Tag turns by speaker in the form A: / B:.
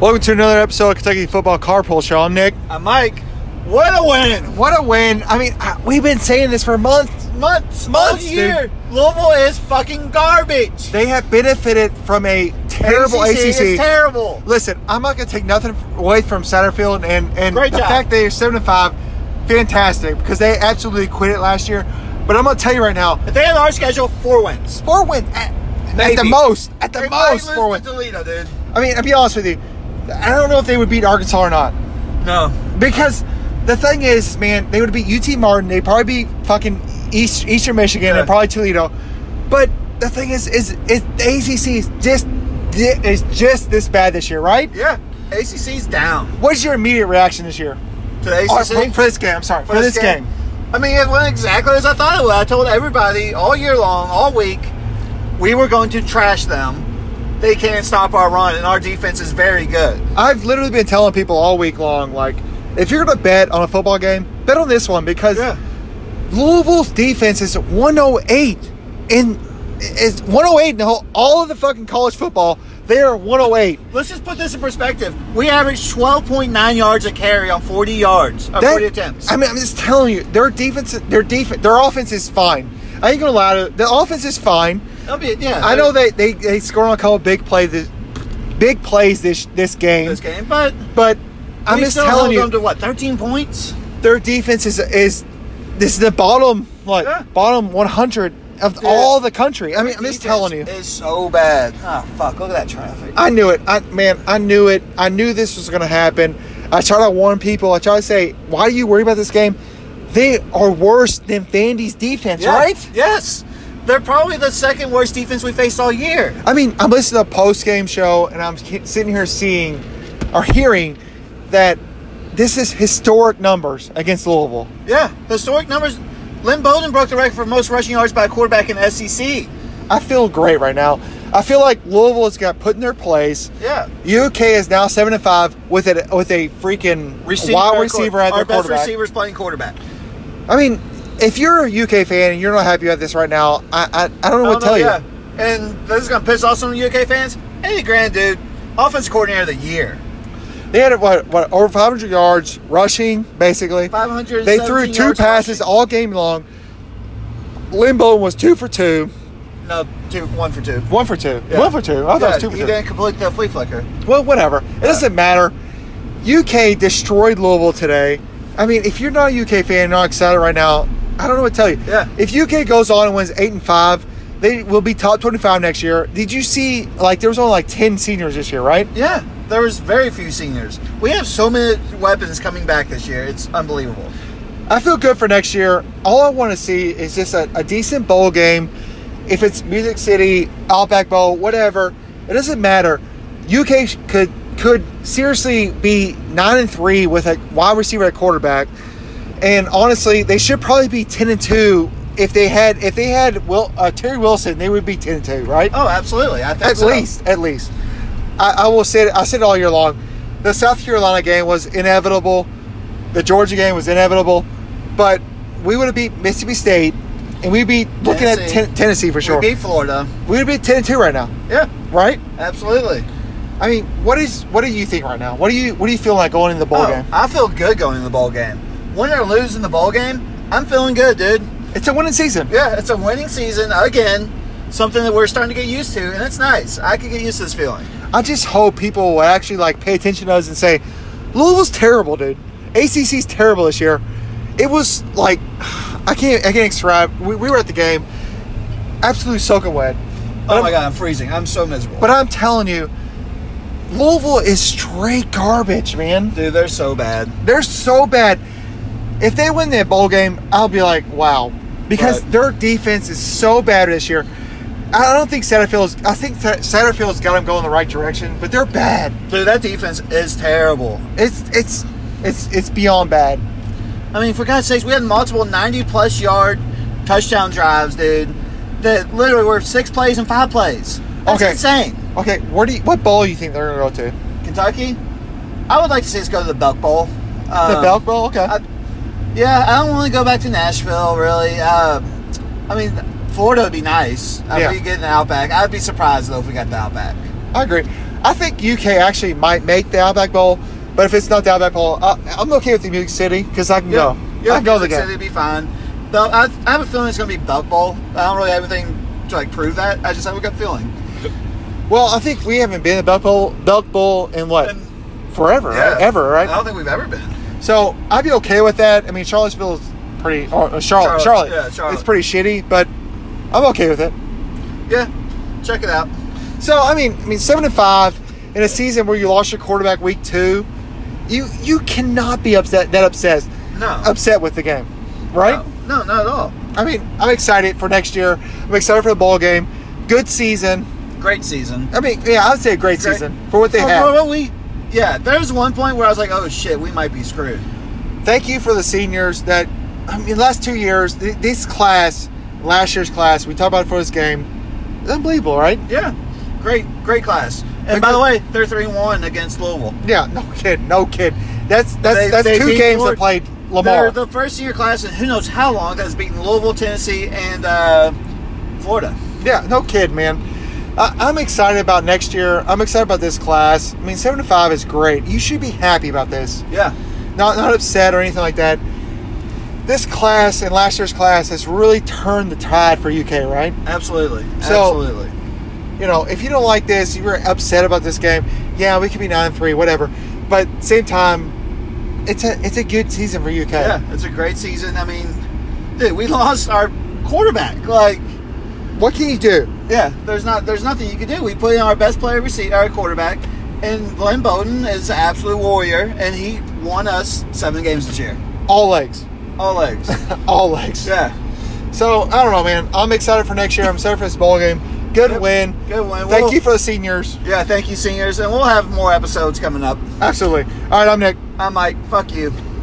A: Welcome to another episode of Kentucky Football Carpool Show. I'm Nick.
B: I'm Mike. What a win!
A: What a win! I mean, I- we've been saying this for months.
B: Months,
A: Months,
B: months year. Louisville is fucking garbage.
A: They have benefited from a terrible ACC.
B: is terrible.
A: Listen, I'm not going to take nothing away from Satterfield and and
B: Great
A: the
B: job.
A: fact they are seven and five, fantastic because they absolutely quit it last year. But I'm going to tell you right now,
B: If they had our schedule, four wins.
A: four wins at, at the
B: Maybe.
A: most. At the
B: They might
A: most,
B: lose
A: four
B: to
A: wins.
B: Toledo, dude.
A: I mean, I'll be honest with you. I don't know if they would beat Arkansas or not.
B: No.
A: Because the thing is, man, they would beat UT Martin. They'd probably beat fucking East, Eastern Michigan
B: Yeah.
A: and probably Toledo. But the thing is, is, is the ACC is just is just this bad this year, right?
B: Yeah. ACC's down.
A: What's your immediate reaction this year?
B: To the ACC.
A: Or for, for this game, I'm sorry, for, this, game.
B: I mean, it went exactly as I thought it would. I told everybody all year long, all week, we were going to trash them. They can't stop our run, and our defense is very good.
A: I've literally been telling people all week long, like, if you're gonna bet on a football game, bet on this one because Louisville's defense is 108 in is 108 in the whole, all of the fucking college football. They are 108.
B: Let's just put this in perspective. We averaged 12.9 yards a carry on 40 yards, or
A: That-
B: 40 attempts.
A: I mean, I'm just telling you, their defense, their defense, their offense is fine. I ain't gonna lie to the offense is fine.
B: I mean, yeah.
A: I know they they, they scored on a couple big plays, this, big plays this this game,
B: this game, but
A: but I'm
B: we
A: just
B: still
A: telling
B: held
A: you,
B: them to what 13 points.
A: their defense is is this is the bottom like
B: Yeah.
A: bottom 100 of
B: Dude.
A: all the country. I mean, I'm just telling you. Uh,
B: it's so bad. Ah, fuck! Look at that traffic.
A: I knew it. I man, I knew it. I knew this was gonna happen. I try to warn people. I try to say, why are you worried about this game? They are worse than Vandy's defense,
B: Yeah.
A: right?
B: Yes, they're probably the second worst defense we faced all year.
A: I mean, I'm listening to a post game show, and I'm ki- sitting here seeing or hearing that this is historic numbers against Louisville.
B: Yeah, historic numbers. Lynn Bowden broke the record for most rushing yards by a quarterback in E SEC.
A: I feel great right now. I feel like Louisville has got put in their place.
B: Yeah,
A: UK is now seven and five with a with a freaking wide
B: our
A: receiver
B: quar-
A: at
B: our
A: their
B: best
A: quarterback.
B: receivers playing quarterback.
A: I mean, if you're a UK fan and you're not happy about this right now, I I, I don't know what to tell you.
B: Oh, Yeah. And this is gonna piss off some UK fans. Eddie Grant, dude, offensive coordinator of the year.
A: They had what what over 500 yards rushing basically.
B: Five hundred.
A: They threw two passes all game long. Limbo was two for two,
B: No, two, one for two.
A: one for two,
B: Yeah.
A: one for two. I thought
B: yeah,
A: it was two for
B: He
A: two.
B: didn't complete the flea flicker.
A: Well, whatever. It doesn't matter. UK destroyed Louisville today. I mean, if you're not a UK fan, and not excited right now. I don't know what to tell you.
B: Yeah.
A: If UK goes on and wins eight and five, they will be top 25 next year. Did you see? Like, there was only like 10 seniors this year, right?
B: Yeah, there was very few seniors. We have so many weapons coming back this year. It's unbelievable.
A: I feel good for next year. All I want to see is just a, a decent bowl game. If it's Music City, Outback Bowl, whatever, it doesn't matter. UK sh- could could seriously be nine and three with a wide receiver at quarterback, and honestly, they should probably be ten and two if they had if they had Will uh, Terry Wilson, they would be ten and two, right?
B: Oh, absolutely. I think
A: at
B: so.
A: least, at least. I, I will say it. I said it all year long. The South Carolina game was inevitable. The Georgia game was inevitable, but we would have beat Mississippi State, and we'd be looking at
B: Tennessee.
A: ten, Tennessee for sure.
B: We beat Florida.
A: We would be ten and two right now,
B: Yeah,
A: right?
B: absolutely.
A: I mean, what is what do you think right now? What do you what do you feel like going into the bowl
B: Oh,
A: game?
B: I feel good going in the bowl game. Win or lose in the bowl game, I'm feeling good, dude.
A: It's a winning season.
B: Yeah, it's a winning season again. Something that we're starting to get used to, and it's nice. I could get used to this feeling.
A: I just hope people will actually like pay attention to us and say, Louisville's terrible, dude. ACC's terrible this year. It was like I can't I can't describe. We, we were at the game, absolute soaking wet. But
B: Oh
A: I'm-
B: my god, I'm freezing. I'm so miserable.
A: But I'm telling you, Louisville is straight garbage, man.
B: dude, they're so bad.
A: They're so bad. If they win that bowl game, I'll be like, wow, because
B: Right.
A: their defense is so bad this year. I don't think Satterfield's. I think Sa- Satterfield's got them going the right direction, but they're bad.
B: Dude, that defense is terrible.
A: It's it's it's it's beyond bad.
B: I mean, for God's sakes, we had multiple 90 plus yard touchdown drives, dude. That literally were six plays and five plays. That's
A: Okay.
B: insane.
A: Okay, where do you, what bowl do you think they're gonna go to?
B: Kentucky, I would like to see us go to the Belk Bowl.
A: The
B: Um,
A: Belk Bowl. Okay,
B: I- Yeah, I don't want to go back to Nashville, really. Um, I mean, Florida would be nice. I
A: Yeah.
B: yeah. we get an Outback. I'd be surprised though if we got the Outback.
A: I agree. I think UK actually might make the Outback Bowl, but if it's not the Outback Bowl, I, I'm okay with the Music City because I can go. I can go to the game.
B: It'd be fine. But I, I have a feeling it's going to be Bug Bowl. I don't really have anything to like prove that. I just have a good feeling.
A: Well, I think we haven't been to Belk Bowl, Belk Bowl in what?
B: And-
A: Forever, right? Ever,
B: I
A: right?
B: don't think we've ever been.
A: So I'd be okay with that. I mean, Charlottesville is pretty, or uh, Charlotte,
B: Charlotte,
A: Charlotte,
B: yeah, Charlotte.
A: It's pretty shitty, but I'm okay with it.
B: Yeah, check it out.
A: So I mean, I mean, seven and five in a season where you lost your quarterback week two, you you cannot be upset that upset
B: No.
A: upset with the game, Uh, right?
B: No, no, not at all.
A: I mean, I'm excited for next year. I'm excited for the bowl game. Good season.
B: Great season.
A: I mean, yeah, I would say a great,
B: Great.
A: season for what they
B: For-
A: had.
B: for what we, yeah, there's one point where I was like, oh shit, we might be screwed.
A: thank you for the seniors that I mean last two years th- this class last year's class we talked about it for this game it's unbelievable right
B: Yeah, great, great class. And
A: Like
B: by
A: the-
B: the way, they're three one against Louisville.
A: yeah no kid no kid that's that's
B: They-
A: that's
B: they
A: two
B: beat
A: games
B: Florida-
A: that played
B: They're
A: Lamar
B: the first year class, and who knows how long that's beaten Louisville, Tennessee, and uh, Florida.
A: yeah no kid man I, I'm excited about next year I'm excited about this class I mean 75 is great you should be happy about this
B: Yeah,
A: not not upset or anything like that this class and last year's class has really turned the tide for UK right
B: absolutely,
A: So-
B: absolutely.
A: you know, if you don't like this, you were upset about this game. Yeah, we could be nine three, whatever. But same time, it's a it's a good season for UK.
B: Yeah, it's a great season. I mean, dude, we lost our quarterback. Like,
A: What can you do?
B: yeah, there's not, there's nothing you can do. We put in our best player, receipt, our quarterback, and Glenn Bowden is an absolute warrior, and he won us seven games this year,
A: All legs,
B: all legs.
A: all legs.
B: yeah,
A: So I don't know, man. I'm excited for next year. I'm excited for this bowl game. Good
B: Yep.
A: win.
B: good one.
A: Thank
B: We'll-
A: you for the seniors.
B: yeah, thank you, seniors, and we'll have more episodes coming up.
A: Absolutely. All right, I'm Nick.
B: I'm like, fuck you.